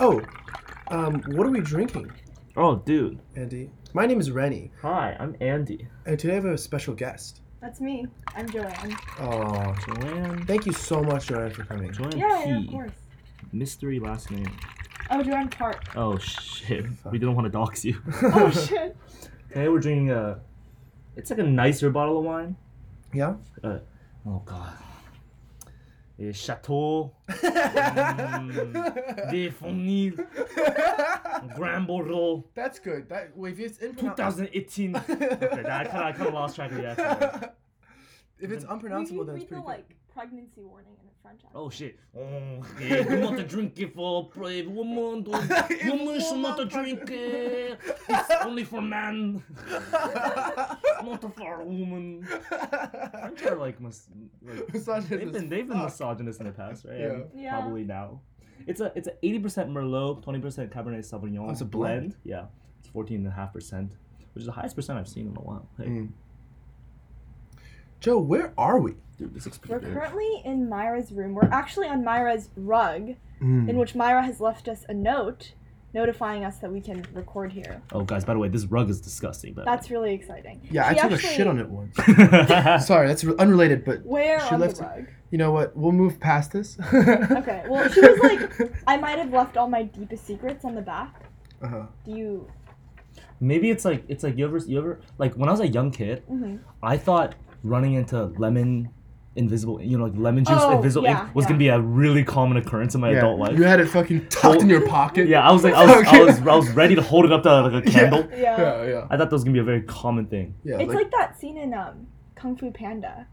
Oh, um, what are we drinking, Oh, dude. Andy? My name is Rennie, Hi, I'm Andy. and today I have a special guest. That's me. I'm Joanne. Oh, Joanne. thank you so much, Joanne, for coming. Joanne Yeah, yeah, of P. course. Mystery last name. Oh, Joanne Park. Oh shit. We didn't want to dox you. Oh shit. Today we're drinking a. It's like a nicer bottle of wine. Yeah. Oh god. It's Chateau de Fonil Grand Bordeaux That's good. That wait, if it's unpronounceable. 2018. Okay, that- I kind of kinda lost track of the accent. if it's we unpronounceable, could then it's read the pretty good. like pregnancy warning in French. Accent. Oh shit. Oh, okay. You want to drink it for brave woman. Don't- Woman should not drink it. It's only for man. not for woman. French are like, mis- like they've been they've been misogynist in the past, right? Yeah. And Yeah. Probably now. It's a it's a eighty percent Merlot, twenty percent Cabernet Sauvignon. Oh, it's a blend. Yeah, it's fourteen and a half percent, which is the highest percent I've seen in a while. Hey, Mm. Joe, where are we? dude, this looks pretty We're good. currently in Myra's room. We're actually on Myra's rug, Hmm. in which Myra has left us a note notifying us that we can record here. Oh, guys, by the way, this rug is disgusting. But That's really exciting. Yeah, I She took a actually- shit on it once. that's Sorry, that's re- unrelated, but Where She on left it- the rug? you know what? We'll move past this. Okay. Well, she was like, I might have left all my deepest secrets on the back. uh-huh. Do you? maybe it's like it's like you ever you ever like when I was a young kid, hmm I thought running into lemon. Invisible, you know, like lemon juice, Oh, invisible yeah, ink was yeah. gonna be a really common occurrence in my yeah, adult life. You had it fucking tucked in your pocket. Yeah, I was like, I was, Okay. I was, I was ready to hold it up to like a Yeah. candle. Yeah. yeah, yeah. I thought that was gonna be a very common thing. yeah It's like, that scene in um, Kung Fu Panda,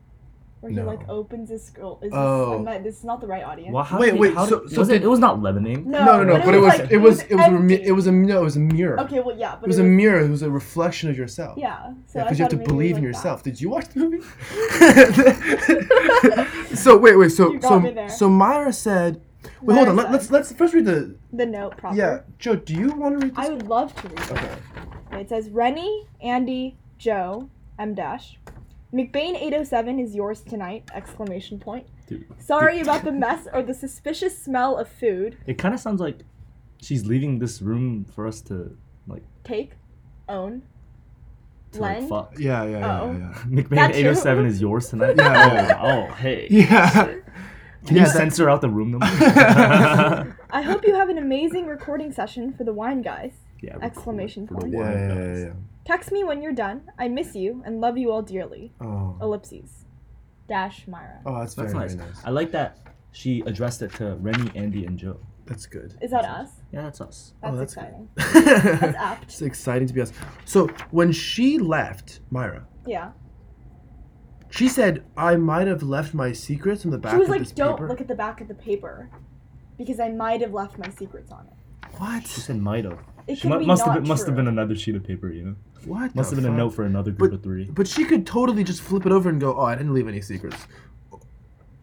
where he No. like opens his scroll. Is this, Oh. I'm not, this is not the right audience. Well, how Wait, did- wait, how so- did- so was did- it, it was not lemonade. No, no, no, no. But it was, like, it was, it was, a mi- empty. it was a, no, it was a mirror. Okay, well, yeah, but It was a mirror. It was a reflection of yourself. Yeah, so Yeah, I because you have thought to maybe it was believe in like that. yourself. Did you watch the movie? so wait, wait. So You got me so there. so Myra said. Wait, hold on. Myra Let, let's let's first read the. The note proper. Yeah, Joe. Do you want to read this? I would love to read it. Okay. It says Rennie, Andy, Joe, M dash. McBain 807 is yours tonight! Exclamation point. Dude. Sorry about the mess or the suspicious smell of food. It kind of sounds like she's leaving this room for us to Take, own. to like, Lend? fuck. Yeah, yeah, yeah, Oh. yeah. McMahon That's eight oh seven you. is yours tonight. Yeah. Oh, oh, hey. Yeah. Can Yeah, you that- censor out the room number? I hope you have an amazing recording session for the wine guys. yeah. Exclamation for the point. yeah, wine yeah, yeah, guys. yeah. Text me when you're done. I miss you and love you all dearly. Oh, Ellipses. Dash Myra. oh, that's, That's very, nice. very nice. I like that she addressed it to Remy, Andy, and Joe. That's good. Is that us? Yeah, that's us. Oh, That's, that's good. exciting. That's it's apt. exciting to be honest. So when she left, Myra, Yeah. she said, "I might have left my secrets in the back she was of like, this don't paper." look at the back of the paper because I might have left my secrets on it. She What? said might have. It She could mu- be must not have been, must have true. been another sheet of paper, you know. What? Must the have been a fuck? note for another group But- of three. But she could totally just flip it over and go, "Oh, I didn't leave any secrets."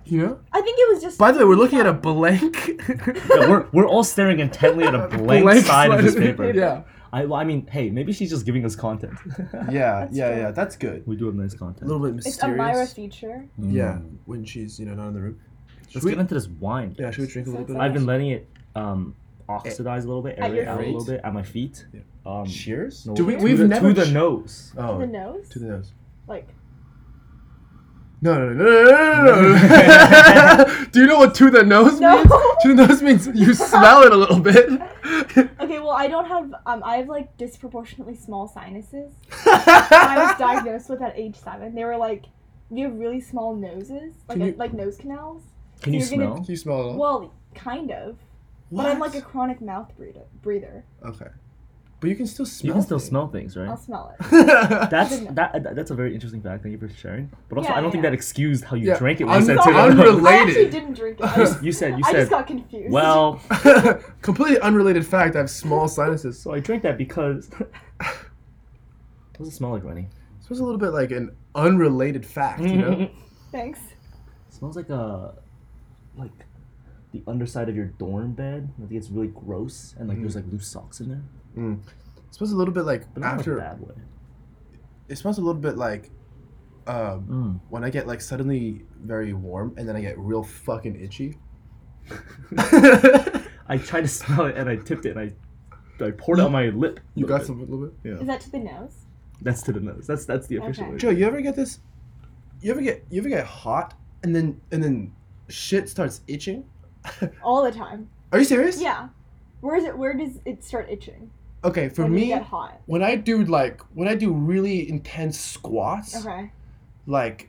You know. I think it was just. By the way, we're looking at a blank. Yeah, we're, we're all staring intently at a blank, side of this paper. Yeah. I, well, I mean, hey, maybe she's just giving us content. Yeah. That's yeah. true. Yeah. That's good. we do have nice A content. little bit It's mysterious. a Myra feature. Mm. Yeah. When she's you know not in the room. Let's Should we- get into this wine. Yeah. Should we drink a little bit? I've been letting it um, oxidize a little bit, At aerate your out a little feet? bit at my feet. Yeah. Um, Cheers. no, Do we? to We've the, never. to the ch- nose. Oh. to the nose? To the nose. Like, No, no, no, no, no, no, no, no. Do you know what to the nose No. means? To the nose means you smell it a little bit. okay, well, I don't have. Um, I have like disproportionately small sinuses. I was diagnosed with at age seven. They were like, you have really small noses, like Can you- like nose canals. Can you You're gonna- smell? Can you smell it all? Well, kind of. what? But I'm like a chronic mouth breather. breather. Okay. But you can still smell you can still things. smell things, right? I'll smell it. That's Didn't- that, that. That's a very interesting fact. Thank you for sharing. But also, Yeah, I don't think yeah. that excused how you Yeah, drank it. When I'm you said sorry. to the nose. Unrelated. I actually didn't drink it. I just, You said. You I just said. got confused. Well, Completely unrelated fact. I have small sinuses. So so I drank that because. what does it smell like, Rennie? it was a little bit like an unrelated fact, you know? thanks. Smells like a like the underside of your dorm bed. I think it's really gross, and like Mm. there's like loose socks in there, It smells Hmm. a little bit like but not in after. like a bad way. it smells a little bit like. Um, Mm. when I get like suddenly very warm and then I get real fucking itchy. I tried to smell it and I tipped it and I, I poured it on my lip. a You little got bit. some a little bit. Yeah. Is that to the nose? That's to the nose. That's that's the official. Okay. way. Joe, you ever get this? You ever get you ever get hot and then and then shit starts itching? All the time. Are you serious? Yeah. Where is it? Where does it start itching? Okay, for when you me, get hot. when I do like when I do really intense squats, Okay. like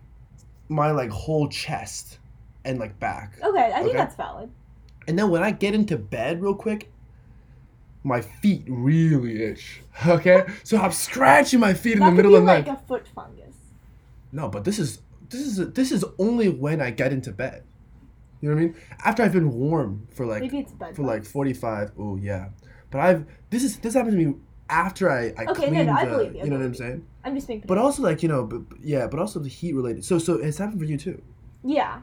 my like whole chest and like back. Okay. I think Okay. that's valid. And then when I get into bed real quick, my feet really itch. Okay? So I'm scratching my feet in that the could middle be of the like night. a foot fungus. No, but this is this is this is only when I get into bed. You know what I mean? After I've been warm for like Maybe it's bed. for like bugs. 45. Oh yeah. But I've this is this happened to me after I I Okay, no, cleaned no, I the- believe you, I you know what I'm believe saying? I'm just being. But also like, you know, but, but- yeah, but also the heat related. So so it's happened for you too. Yeah.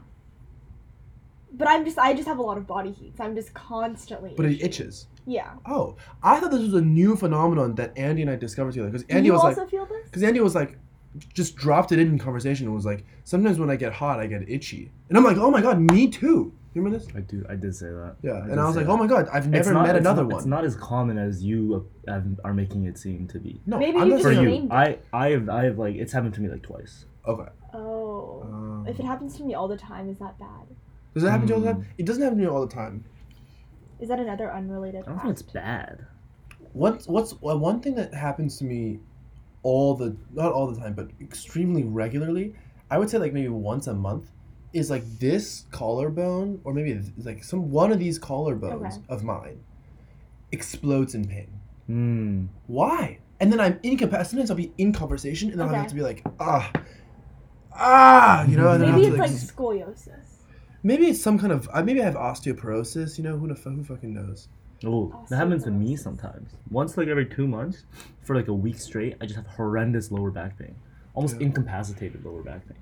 But I'm just. I just have a lot of body heat. So I'm just constantly. But it itching. itches. Yeah. Oh, I thought this was a new phenomenon that Andy and I discovered together because Do Andy you was also like feel this? because Andy was like just dropped it in conversation and was like sometimes when I get hot I get itchy. And I'm like, "Oh my god, me too." You remember this? I do. I did say that. Yeah, did and I was say like, that. "Oh my god, I've It's never not- met it's another not- one." It's not as common as you uh, have, are making it seem to be. no, Maybe I'm you not just For saying- named you, I, I have, I have like it's happened to me like twice. Okay. Oh. Um, if it Um, happens to me all the time, is that bad? does it happen to you all the time? It doesn't happen to me all the time. Is that another unrelated? I don't think it's fact? bad. What's what's well, one thing that happens to me all the not all the time, but extremely regularly, I would say like maybe once a month, is like this collarbone or maybe it's like some one of these collarbones Okay. of mine explodes in pain. Hmm. Why? And then I'm incapacitated. Sometimes I'll be in conversation and then I'll have Okay. to be like, ah, ah, you know. And then I'll Maybe have it's to, like s- scoliosis. Maybe it's some kind of. I maybe I have osteoporosis. You know who the fu- who fucking knows? Oh, Oh, that happens to me syphilis. sometimes. Once like every two months, for like a week straight, I just have horrendous lower back pain, almost Yeah. incapacitated lower back pain.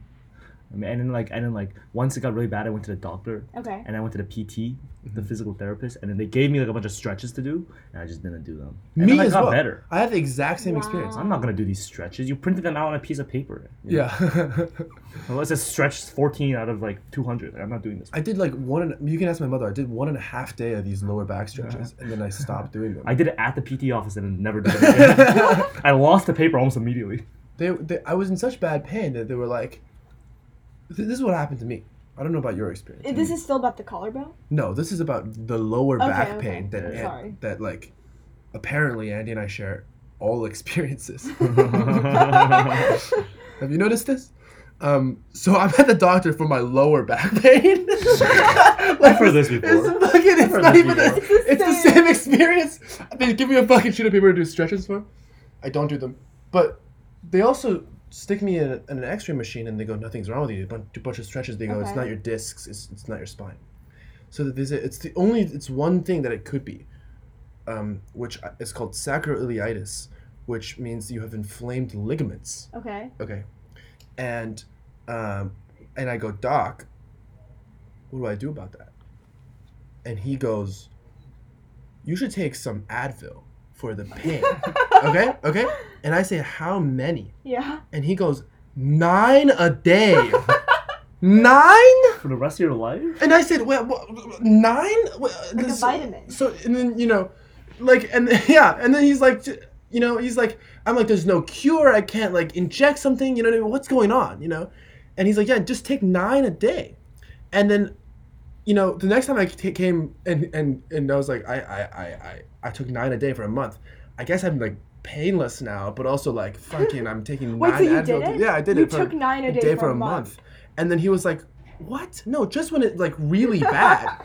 I mean, and then like, and then like, once it got really bad, I went to the doctor, Okay. and I went to the PT, the Mm-hmm. physical therapist, and then they gave me like a bunch of stretches to do, and I just didn't do them. And Me then I as got well. better. I have the exact same Wow. experience. I'm not gonna do these stretches. You printed them out on a piece of paper. you know? Yeah, Unless it's stretched 14 out of like 200. Like, I'm not doing this. I did like one. And, you can ask my mother. I did one and a half day of these lower back stretches, and then I stopped doing them. I did it at the PT office and never did it again. I lost the paper almost immediately. they, they, I was in such bad pain that they were like, "Th- "This is what happened to me." I don't know about your experience. This is still about the collarbone. No, this is about the lower Okay, back okay. pain that Yeah. An- Sorry. that like apparently Andy and I share all experiences. Have you noticed this? Um, so I'm at the doctor for my lower back pain. like, I've heard this It's, before. fucking, it's heard not this even. before. It's, it's the same experience. They give me a fucking sheet of paper to do stretches for. I don't do them, but they also stick me in, in an X-ray machine and they go, "Nothing's wrong with you." A bunch, a bunch of stretches. They go, "It's Okay. not your discs. It's, it's not your spine." So that there's a, it's the only it's one thing that it could be, um, which I- is called sacroiliitis, which means you have inflamed ligaments. Okay. Okay. And um, and I go, Doc, what do I do about that? And he goes, You should take some Advil for the pain. okay? Okay? And I say, How many? Yeah. And he goes, Nine a day. nine? For the rest of your life? And I said, Well, wha- nine? Wha- Like a this- vitamin. so and then you know like and yeah and then he's like j- you know he's like i'm like there's no cure i can't like inject something you know what I mean? what's going on you know and he's like yeah just take nine a day and then you know the next time I ca- came and and and i was like I, I i i i took nine a day for a month i guess i'm like painless now but also like fucking i'm taking Wait, nine so you Advil did a day. it? yeah i did you it for took nine a day, for a month. and then he was like what no just when it like really bad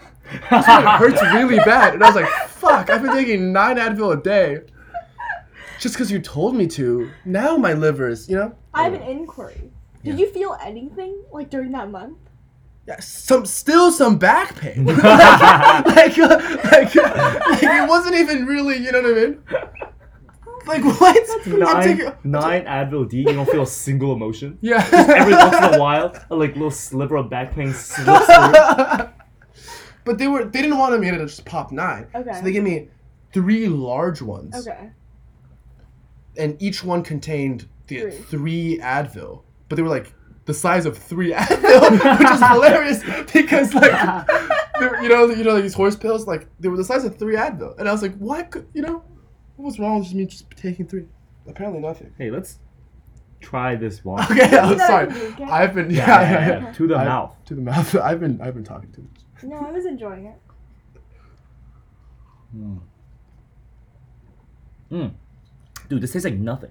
that's when it hurts really bad. And I was like, fuck, I've been taking nine Advil a day. Just because you told me to. Now my liver is, you know? I have an inquiry. Did you feel anything like during that month? Yeah, some still some back pain. like, uh, like, uh, like, uh, like, it wasn't even really, you know what I mean? Like what? I'm Nine, taking nine Advil D, you don't feel a single emotion. Yeah. Every once in a while, a like little sliver of back pain slips through. but they were they didn't want me to just pop nine. Okay. So they gave me three large ones. Okay. and each one contained the Three. three, Advil, but they were like the size of three Advil, which is hilarious because like They were- you know, you know these horse pills. Like they were the size of three Advil, and I was like, what? Could, you know, what was wrong with just me just taking three? Apparently nothing. Hey, let's try this one. Okay, I'm that sorry. I can do, okay? I've been Yeah, yeah, yeah, yeah, yeah, yeah. to the I- mouth. to the mouth. I've been I've been talking too much. No, I was enjoying it. Mm. Mm. Dude, this tastes like nothing.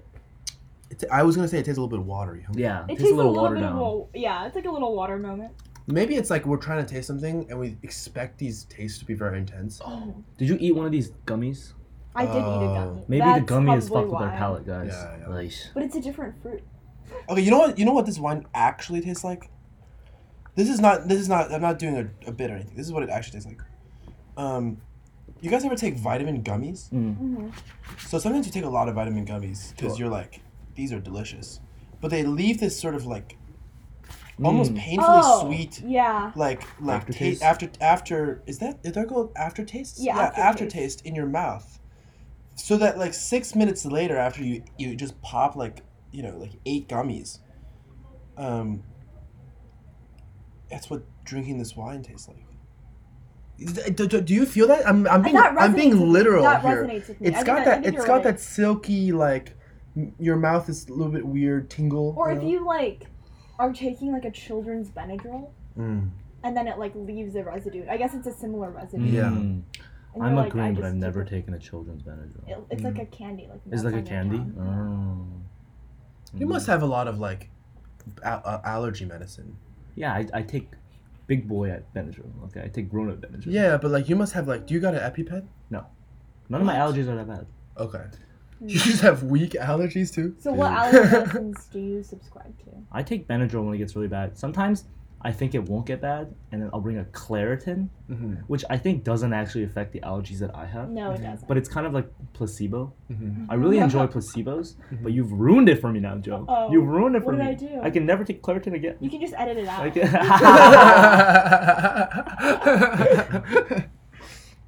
It, I was gonna say it tastes a little bit watery. huh? Yeah, It tastes takes a little, watered bit down. of a yeah. It's like a little water moment. Maybe it's like we're trying to taste something and we expect these tastes to be very intense. Oh, Did you eat one of these gummies? I did eat a Oh. gummy. Maybe the That's gummy is probably fucked with our why. palate, guys. Yeah, yeah. Nice. But it's a different fruit. Okay, you know what? You know what this wine actually tastes like. This is not. This is not. I'm not doing a, a bit or anything. This is what it actually tastes like. Um, you guys ever take vitamin gummies? Mm. hmm So sometimes you take a lot of vitamin gummies because Sure. you're like, these are delicious, but they leave this sort of like almost Mm. painfully Oh, sweet, yeah. like like Aftertaste? ta- after after is that is that called aftertaste? Yeah, aftertaste. aftertaste. in your mouth. So that like six minutes later, after you you just pop like you know like eight gummies, um, that's what drinking this wine tastes like. Is that- Do, do, do you feel that? I'm I'm being that I'm resonates with being me. literal That here. resonates with me. I It's think got I- I that. think It's you're got right. that silky like m- your mouth is a little bit weird tingle. Or if know? you like are taking like a children's Benadryl Mm. and then it like leaves a residue. I guess it's a similar residue. Yeah. Mm. And I'm you're like, agreeing, I but just I've never took taken a children's Benadryl. it. It- It's like a candy, like Mm. Is melts it like a on candy? your tongue. Oh. Mm. you must have a lot of like al- uh, allergy medicine. Yeah, I, I take big boy at Benadryl. Okay, I take grown up Benadryl. Yeah, but like you must have like. Do you got an EpiPen? None of my What? allergies are that bad. Okay. Mm. You just have weak allergies too. So what Dude. allergy medicines do you subscribe to? I take Benadryl when it gets really bad. Sometimes I think it won't get bad, and then I'll bring a Claritin, Mm-hmm. which I think doesn't actually affect the allergies that I have. No, it Mhm. doesn't. But it's kind of like placebo. Mm-hmm. I really enjoy placebos, but you've ruined it for me now, Joe. Uh-oh. You've ruined it for Oh, What did me. I do? can never take Claritin again. you can just edit it out. I can-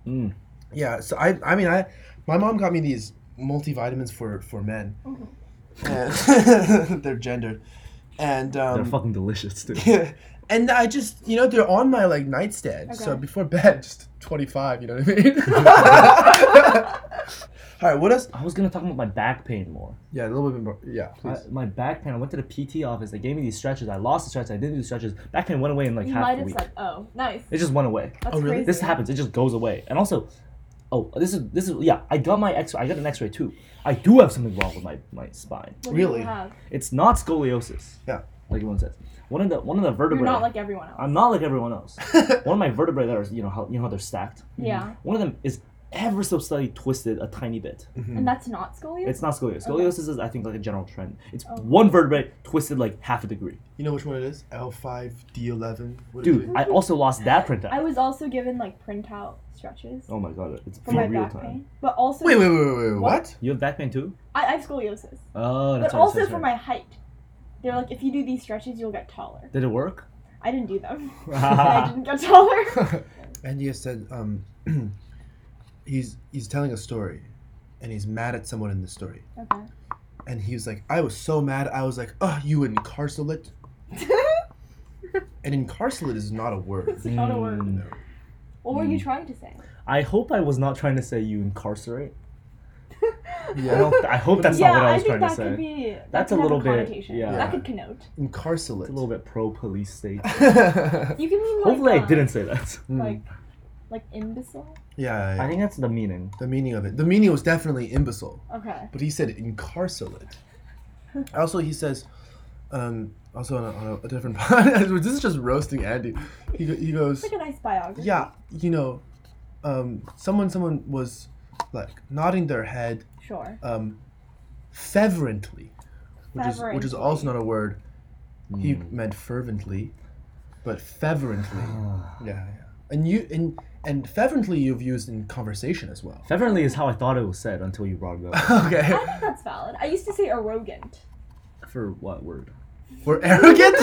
Mm. yeah. So I. I mean I. My mom got me these multivitamins for for men. Mhm. And they're gendered, and um, They're fucking delicious, dude. Yeah. And I just, you know, they're on my like nightstand. So Okay. before bed, just 25, you know what I mean? All right, what else? I was gonna talk about my back pain more. Yeah, a little bit more. Yeah, I, please. my back pain. I went to the PT office. They gave me these stretches. I lost the stretches. I didn't do the stretches. Back pain went away in like you half might a have week. said, "Oh, nice." It just went away. That's Oh, really? crazy. This happens. It just goes away. And also, oh, this is this is yeah. I got my X. I got an X-ray too. I do have something wrong with my my spine. What do you Really? have? It's not scoliosis. Yeah. Like everyone says. One of the one of the You're vertebrae. not like everyone else. I'm not like everyone else. one of my vertebrae that are you know how you know how they're stacked. yeah, One of them is ever so slightly twisted a tiny bit. and that's not scoliosis. It's not scoliosis. Okay. Scoliosis is I think like a general trend. It's Oh. one vertebrae twisted like half a degree. You know which one it is? L5, D11. What is Dude, I also lost that printout. Mm-hmm. I was also given like printout stretches oh my god, it's for my real back time. pain, but also it? Wait, wait, wait, wait, wait. What? You have back pain too? I, I have scoliosis, Oh, but that's right, also that's for right. my height. They're like, if you do these stretches, you'll get taller. Did it work? I didn't do them. Ah. I didn't get taller. and he has said, um, he's he's telling a story, and he's mad at someone in the story. Okay. And he was like, I was so mad. I was like, oh, you incarcerate. And incarcerate is not a word. it's not a word. Mm. No. What were you Hmm. trying to say? I hope I was not trying to say you incarcerate. I, Yeah. don't, I hope that's yeah, not what I was think trying that to say. could be. that That's could a have little bit- connotation. yeah. That could connote. Incarcerate. It's a little bit pro police state. Oh yeah, You can mean like. Hopefully, I uh, didn't say that. Like, like imbecile. yeah, I think that's the meaning. the meaning of it. The meaning was definitely imbecile, Okay. but he said incarcerate. also, he says, um, also on a, on a, a different podcast, this is just roasting Andy. He, go- he goes, It's like a nice biography. yeah, you know, um, someone someone was like nodding their head Sure. um, fervently, which is which is Fervently. also not a word. He Mm. meant fervently, but fervently. Ah. Yeah, yeah. And you and and fervently you've used in conversation as well. Fervently is how I thought it was said until you brought it up. okay. I think that's valid. I used to say arrogant. For what word? We're arrogant?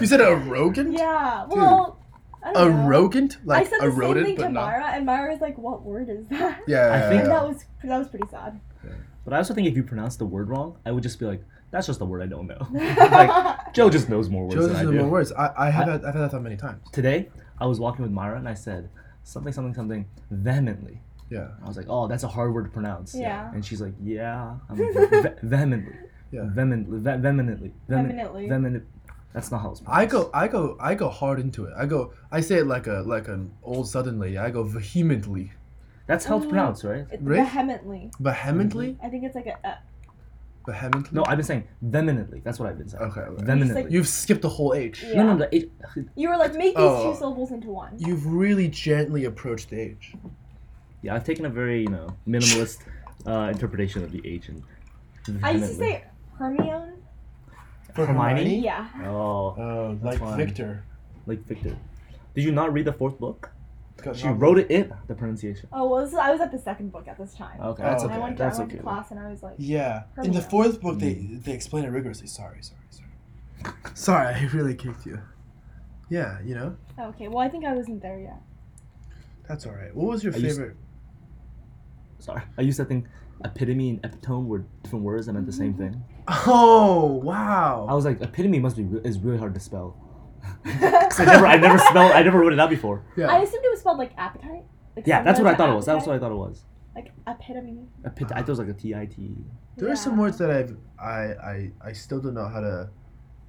you said arrogant? Yeah. Well. I don't know. Arrogant? Like I said the eroded same thing but to not. Myra, and Myra was like, "What word is that?" Yeah. I yeah, think yeah. And that was that was pretty sad. But I also think if you pronounce the word wrong, I would just be like, that's just a word I don't know. like, Joe just knows more words Joe than I doesn't know do. more words. I, I have had I've had that thought many times. Today, I was walking with Myra and I said something, something, something vehemently. Yeah. I was like, oh, that's a hard word to pronounce. Yeah. And she's like, yeah. I'm like, ve- vehemently. Yeah. Vehemently. Ve- vehemently. Vehemently. Vehemently. That's not how it's I go, pronounced. I go, I go hard into it. I go, I say it like a like an old Southern lady. I go vehemently, That's Mm-hmm. how it's pronounced, right? It's Really? vehemently. vehemently, I think it's like a. a vehemently. Mm-hmm. No, I've been saying vehemently. That's what I've been saying. Okay. okay. Vehemently. You've skipped the whole H. No, Yeah. no, no. It, you were like, make these Oh. two syllables into one. You've really gently approached the H. yeah, I've taken a very, you know, minimalist uh, interpretation of the H and I used to vehemently. say Hermione. For Hermione? Yeah. Oh, Oh, like That's fine. Victor. like Victor. Did you not read the fourth book? Got She novel. wrote it in the pronunciation. Oh, well, this is, I was at the second book at this time. Okay, Oh, that's And okay. I went, to, that's I went okay. to class and I was like, Yeah. In Hermione. the fourth book, they Mm. they explain it rigorously. Sorry, sorry, sorry. Sorry, I really kicked you. Yeah, you know oh, okay, well, I think I wasn't there yet. that's all right. What was your I used- favorite? Sorry, I used that thing. Epitome and epitome were different words that meant the same Mm-hmm. thing. Oh wow. I was like, epitome must be re- is really hard to spell. 'Cause I never, I never spelled, I never wrote it out before. yeah. I assumed it was spelled like appetite. Like Yeah, that's what I sometimes thought it was. That's what appetite, I thought it was. Like epitome. Epit- I thought it was like a T I T. There are some Yeah. words that I've I, I I still don't know how to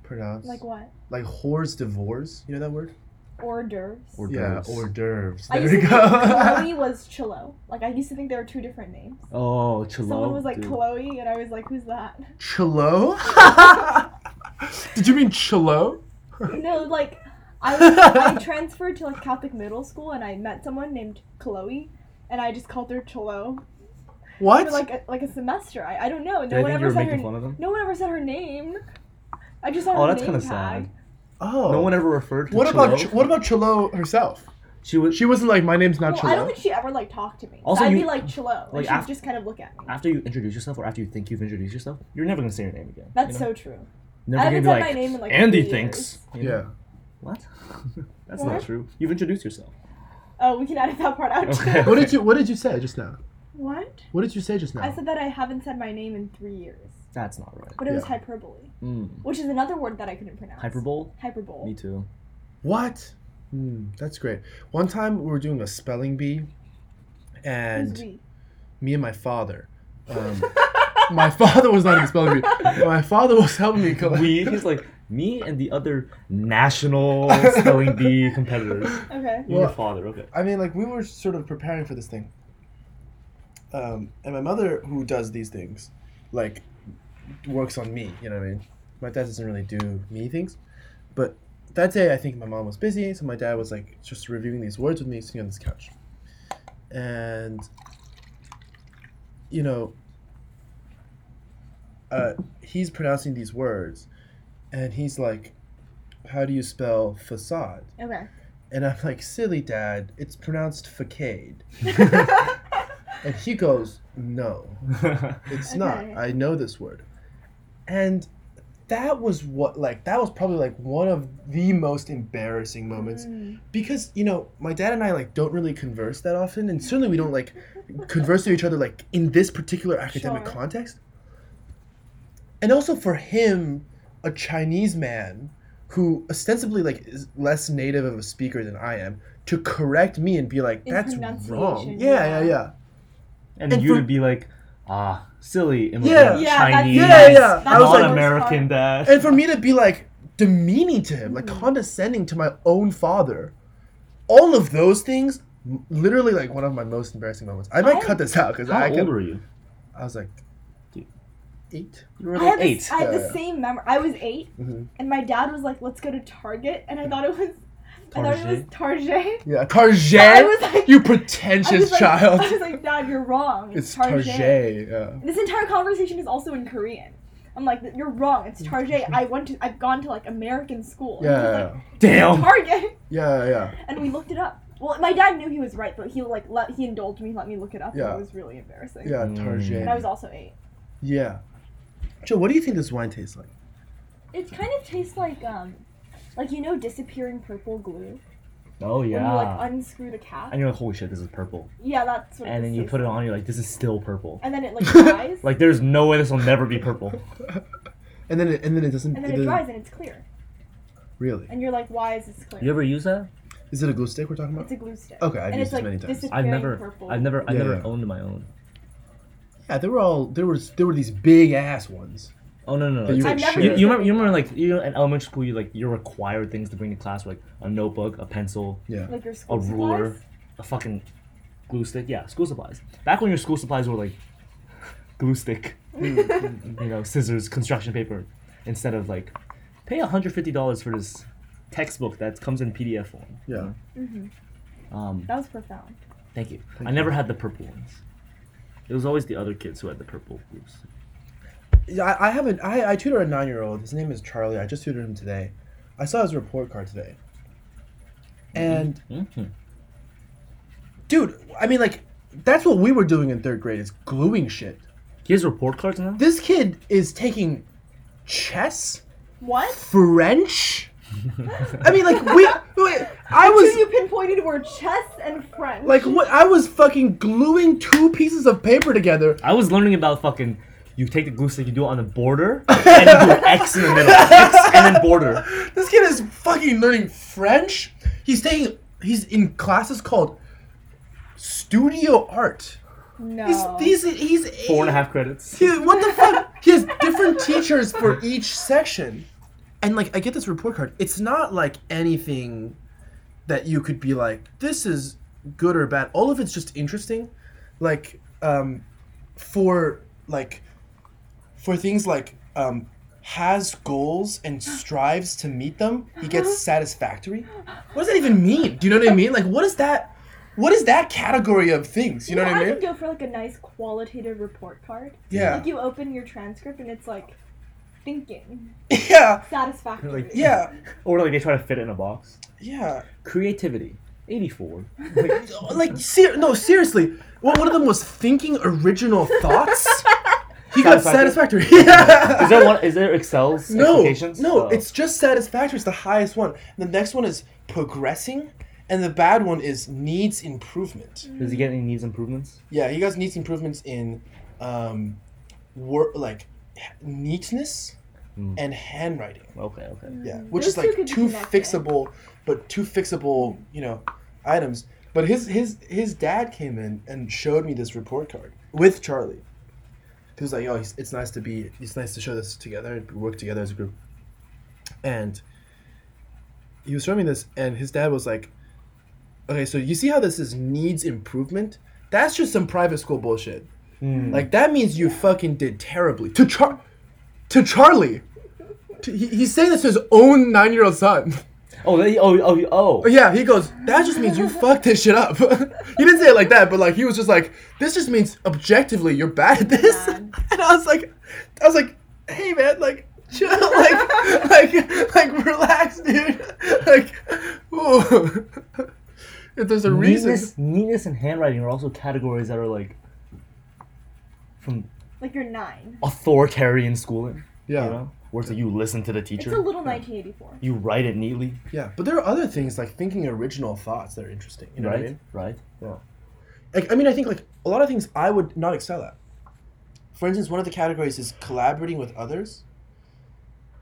pronounce. Like Like, what? whores divorce. You know that word? Hors d'oeuvres. Hors yeah, d'oeuvres. hors d'oeuvres. I There used we to go. think Chloe was Chilo. Like, I used to think there were two different names. Oh, Chilo. Someone was like dude. Chloe, and I was like, who's that? Chilo? Did you mean chilo? No, like I, I transferred to like Catholic middle school and I met someone named Chloe and I just called her Cholo What? for like a, like a semester. I, I don't know. No Did I one think you ever were said her making fun of them? no one ever said her name. I just saw Oh, her that's name kind of tag. sad. oh. No one ever referred to What about Chilo. Ch- what about chilo herself? She was She wasn't like my name's not Well, chilo. I don't think she ever like talked to me. So Also, I'd be you- like Cholo, like, and she'd af- just kind of look at me. after you introduce yourself or after you think you've introduced yourself, you're never gonna say your name again. That's you know? so true. I Never gonna haven't be said like, my name in, like, Andy three thinks. you know? yeah. What? That's What? not true. You've introduced yourself. Oh, we can edit that part out. Okay. too. What did you What did you say just now? What? What did you say just now? I said that I haven't said my name in three years, That's not right. but it was Yeah. hyperbole, Mm. which is another word that I couldn't pronounce. Hyperbole? Hyperbole. Me too. what? Hmm, that's great. One time we were doing a spelling bee, Who's and we? me and my father. Um, my father was not in the spelling bee. My father was helping me collect. we he's like me and the other national spelling bee competitors. Okay. Your Well- father, okay. I mean, like we were sort of preparing for this thing. Um, and my mother, who does these things, like works on me. You know what I mean? My dad doesn't really do me things, but that day I think my mom was busy, so my dad was like just reviewing these words with me sitting on this couch, and you know, uh, he's pronouncing these words, and he's like, "How do you spell facade?" Okay. And I'm like, silly dad, it's pronounced facade. And he goes, no, it's not. Okay. I know this word. And that was what, like, that was probably like one of the most embarrassing moments Mm. because, you know, my dad and I, like, don't really converse that often. And certainly we don't, like, converse with each other, like, in this particular academic Sure. context. And also for him, a Chinese man who ostensibly like is less native of a speaker than I am to correct me and be like In that's wrong. pronunciation, Yeah, yeah, yeah. yeah. and And you for- would be like, ah, silly immigrant Yeah. Yeah, that's- Chinese, Yeah, yeah, yeah. I was like- not American dad. And for me to be like demeaning to him, like Mhm. condescending to my own father, all of those things m- literally like one of my most embarrassing moments. I might I- cut this out cuz How I old can, were you? I was like Dude. 8. You were I had, like the- eight. Uh, I had Yeah, the yeah. same memory. I was eight, Mhm. and my dad was like, "Let's go to Target," and I thought it was, I thought it was Target? Target. Yeah, Target. I was like- you I pretentious was like, child. I was like, "Dad, you're wrong. It's, it's Target." Target. Yeah. This entire conversation is also in Korean. I'm like, "You're wrong. It's Target. I went to, I've gone to like American school." And he's Yeah. Damn. Like, Target, Yeah, yeah. and we looked it up. Well, my dad knew he was right, but he like let he indulged me, let me look it up, Yeah. and it was really embarrassing. Yeah, Mm. Target. And I was also eight. Yeah. Joe, what do you think this wine tastes like? It kind of tastes like um, like you know, disappearing purple glue. Oh When you like yeah. unscrew the cap. And you're like, holy shit, this is purple. Yeah, that's what. And this then you tastes put it like. on, you're like, this is still purple. and then it like dries, Like, there's no way this will never be purple. And then it and then it doesn't and then it doesn't- dries and it's clear. really. And you're like, why is this clear? You ever use that? Is it a glue stick we're talking about? It's a glue stick. Okay, I've and used this it's like many times. I've disappearing never, purple. I've never, I've Yeah, never yeah. owned my own. Yeah, they were all there was there were these big ass ones. Oh no, no, no. That you it's- I've would never share. You, you remember, you remember, like you know, in elementary school, you like you're required things to bring to class, like a notebook, a pencil, yeah. like your a school ruler, supplies? a fucking glue stick. Yeah, school supplies. Back when your school supplies were like glue stick, you know, scissors, construction paper, instead of like pay hundred fifty dollars for this textbook that comes in PDF form. Yeah. Um, That was profound. thank you. I never had the purple ones. It was always the other kids who had the purple groups. Yeah, I, I haven't. I, I tutor a nine year old. His name is Charlie. I just tutored him today. I saw his report card today. And Mm-hmm. dude, I mean, like, that's what we were doing in third grade is gluing shit. He has report cards now. This kid is taking chess, What? French. I mean, like, we. we- I Two was you pinpointed were chess and French. like, what? I was fucking gluing two pieces of paper together. I was learning about fucking. You take the glue stick, you do it on the border, and you do an X in the middle, X and then border. This kid is fucking learning French. He's taking. He's in classes called studio art. no. He's he's he's Four and a half credits. He, what the fuck? He has different teachers for each section. And like I get this report card. It's not like anything that you could be like, this is good or bad. All of it's just interesting. Like, um for like for things like um has goals and strives to meet them, he gets satisfactory. What does that even mean? Do you know what I mean? Like what is that what is that category of things? You know what I could mean? go for like a nice qualitative report card. Yeah. Like you open your transcript and it's like thinking Yeah. satisfactory. Like- Yeah. Or like they try to fit it in a box. Yeah. Creativity. 84. Like, like ser- no seriously well, one of them was thinking original thoughts he got Satisfactory. satisfactory yeah. is there one? Is there Excel's no expectations? no Oh. it's just satisfactory it's the highest one the next one is progressing and the bad one is needs improvement Does he get any needs improvements? yeah he guys needs improvements in um work like neatness Mm. and handwriting Okay, okay. yeah which Mm. Those is two like could be two connected. fixable but two fixable you know items but his his his dad came in and showed me this report card with charlie he was like oh it's, it's nice to be it's nice to show this together and work together as a group and he was showing me this and his dad was like okay so you see how this is needs improvement that's just some private school bullshit like that means you fucking did terribly to Char, to Charlie. To- he- he's saying this to his own nine-year-old son. Oh, they, oh, oh, oh. But yeah, he goes, that just means you fucked this shit up. he didn't say it like that, but like he was just like, this just means objectively you're bad at this. Bad. And I was like, I was like, hey man, like. Chill, like, like, like, relax, dude. Like, ooh. if there's a reason, Neatness, neatness and handwriting are also categories that are like from Like you're nine. authoritarian schooling. yeah, You know? Where it's like you listen to the It's teacher. a little 1984. you write it neatly, yeah. But there are other things like thinking original thoughts that are interesting. You know right? what I mean? Right. Yeah. like I mean, I think like a lot of things I would not excel at. For instance, one of the categories is collaborating with others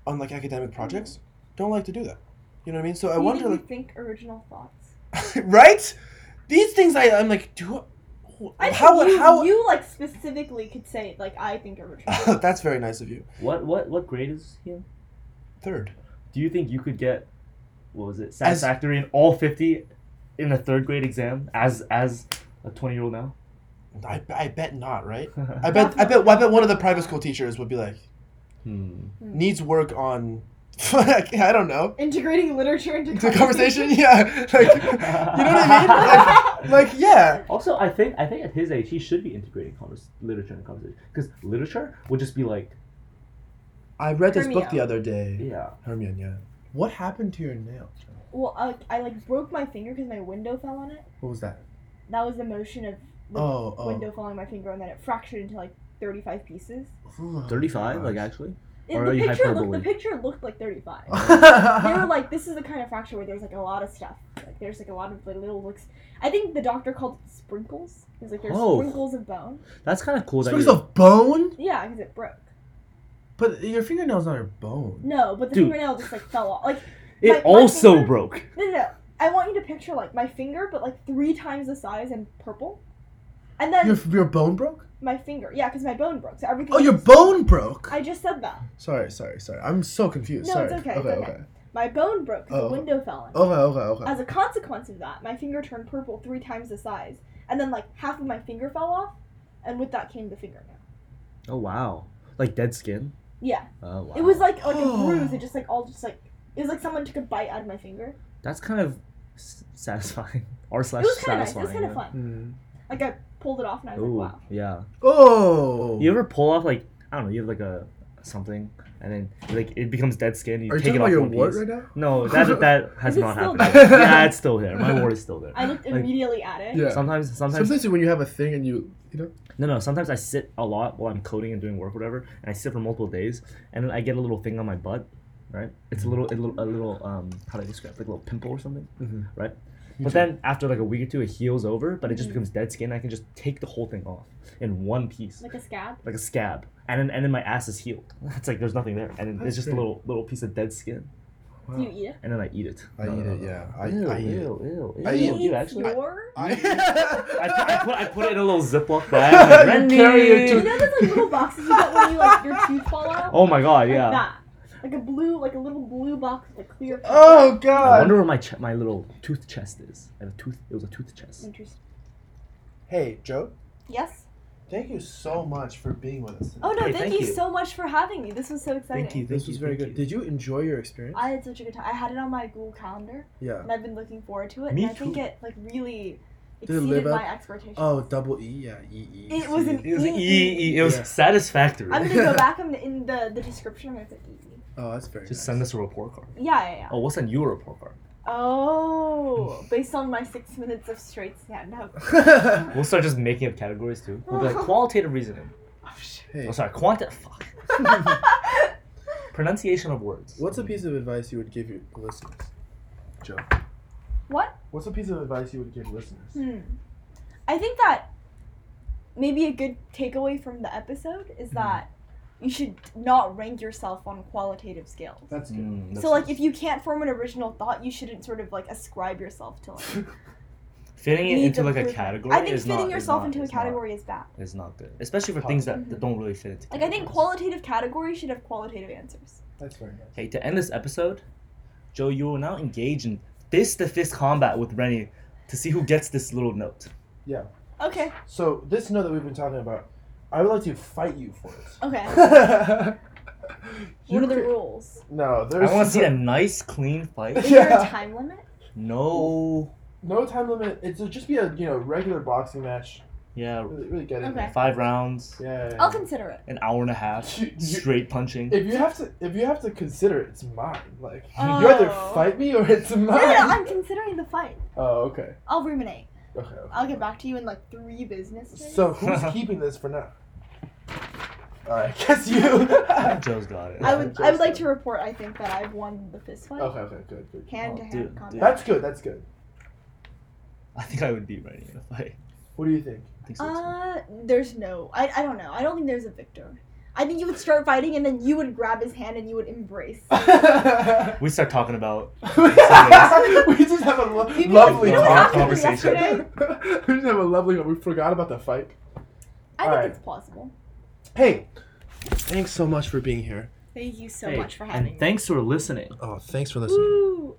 on like academic projects. Don't like to do that. You know what I mean? So I you wonder, didn't like, think original thoughts. right? These things I I'm like, do I think how would you, how? you like specifically could say like I think original. That's very nice of you. What what what grade is he in? Third, Do you think you could get what was it satisfactory in all fifty in a third grade exam as as a twenty year old now? I, I bet not, right? I bet I bet I bet one of the private school teachers would be like hmm. needs work on. I don't know. Integrating literature into The conversation, yeah, like you know what I mean? Like, like yeah, Also, I think I think at his age he should be integrating convers- literature and conversation because literature would just be like I read this book the Hermio. other day. yeah. Hermione, yeah. What happened to your nail? Well, I, I like broke my finger because my window fell on it. What was that? That was the motion of the Oh, oh. window falling on my finger, and then it fractured into like 35 pieces. Thirty five, like actually. It, Or the are you picture looked the hyperbole? picture looked like 35. they were actually. like, this is the kind of fracture where there's like a lot of stuff. Like there's like a lot of like, little looks. I think the doctor called it sprinkles. He was like, there's Oh. sprinkles of bone. That's kind of cool. That Sprinkles you- of bone? Yeah, because it broke. But your fingernail's not a bone. No, but the Dude. fingernail just like fell off. Like it my- my also finger- broke. no, no, no. I want you to picture like my finger, but like three times the size and purple, and then Your, your bone broke? my finger. Yeah, because my bone broke, so everything. Oh, your just- bone broke. I just said that. Sorry, sorry, sorry. I'm so confused. No, sorry. it's okay, it's Okay, okay. Um, My bone broke. 'cause Oh. The window fell in. Okay, okay, okay. As a consequence of that, my finger turned purple three times the size, and then like half of my finger fell off, and with that came the fingernail. Oh wow. Like dead skin. Yeah, Oh wow. it was like like a Oh. bruise. It just like all just like it was like someone took a bite out of my finger. That's kind of s- satisfying. Or It slash was kind of nice. It satisfying. was kind of fun. Mm. Like I pulled it off, and I was Ooh, like, wow. yeah. Oh. You ever pull off like I don't know, you have like a something and then like it becomes dead skin, you Are you take talking it off about your in one wart piece. right now? No, that that has Is it not still happened. there? yeah, it's still there. My wart is still there. I looked Like- immediately at it. Yeah. Sometimes sometimes Sometimes when you have a thing and you, you know. No, no. Sometimes I sit a lot while I'm coding and doing work, whatever, and I sit for multiple days, and then I get a little thing on my butt, right? It's a little, a little, a little um, how do I describe? it? Like a little pimple or something, Mhm. right? But then after like a week or two, it heals over, but it Mm. just becomes dead skin. I can just take the whole thing off in one piece, Like a scab. like a scab, and then and then my ass is healed. It's like there's nothing there, and then That's it's just a great. little little piece of dead skin, Wow. Do you eat it? and then I eat it. I eat it, yeah. I- ew, I eat it. ew, ew, I ew. eat You it. do actually. Your... I, I, put- I put I put it in a little Ziploc bag. I'm like, You carry it "Randy!" You know those like little boxes you get when you like your teeth fall out? Oh my god, Like yeah. that. Like a blue, like a little blue box with a clear. oh I God. wonder where my ch- my little tooth chest is. I have a tooth. It was a tooth chest. Interesting. Hey, Joe. Yes. Thank you so much for being with us. Oh no! Hey, thank, thank you, you. so much for having me. This was so exciting. Thank you. This was very thank good. you. Did you enjoy your experience? I had such a good time. I had it on my Google Calendar, yeah. and I've been looking forward to it. Me and I think too. it like really it exceeded live up? my expectations. Oh, double E. Yeah, E E. It was an- It was Mm, e- e- it was yeah. satisfactory. I'm gonna go back in the, in the the description. I'm gonna put easy. Oh, that's very. Just nice. send us a report card. Yeah, yeah, yeah. Oh, we'll send you a report card. Oh, based on my six minutes of straight stand up. We'll start just making up categories too. We'll be like qualitative reasoning. Oh, shit. hey, Oh, sorry, quanti. Fuck. Pronunciation of words. Mm, what's a piece of advice you would give your listeners? Joe. What? What's a piece of advice you would give listeners? Hmm. I think that maybe a good takeaway from the episode is that you should not rank yourself on qualitative scales. That's good. Mm, that's So like if you can't form an original thought, you shouldn't sort of like ascribe yourself to like Hmm. fitting it need into the like a proof. category. I think is fitting not- is yourself not- into a is not- category is bad. is not good, especially for things that, that don't really fit into. Like I think categories. qualitative categories should have qualitative answers. That's very nice. Hey, to end this episode, Joe, you will now engage in fist to fist combat with Rennie to see who gets this little note. Okay. So this note that we've been talking about, I would like to fight you for it. Okay. You What are the could- rules? No, I there's. want to see a nice, clean Is fight. Yeah. there a time limit? No. No time limit. It'll just be a you know regular boxing match. Yeah, Really, really get in Okay. there. five rounds, Yeah. yeah, I'll yeah. consider it. an hour and a half, You- you- straight punching. If you have to, if you have to consider it, it's mine. Like Oh. you either fight me or it's mine. No, no, no, I'm considering the fight. oh, okay. I'll ruminate. Okay. okay. I'll get back to you in like three business days. So who's keeping this for now? All right, guess you. okay. Joe's got it. I would I would like to report I think that I've won the fist fight. Okay. Good. Good. Hand to Oh, dude, hand dude. combat. That's good. That's good. I think I would beat Rennie in a fight. What do you think? I think so. too. Uh there's no I I don't know. I don't think there's a victor. I think you would start fighting and then you would grab his hand and you would embrace. we start talking about. we just have a lo- You'd be lovely like, you know talk- what happened conversation. yesterday? we just have a lovely. We forgot about the fight. I think Alright. it's plausible. Hey, thanks so much for being here. Thank you so Hey, much for having me. thanks for listening. Oh, thanks for Woo!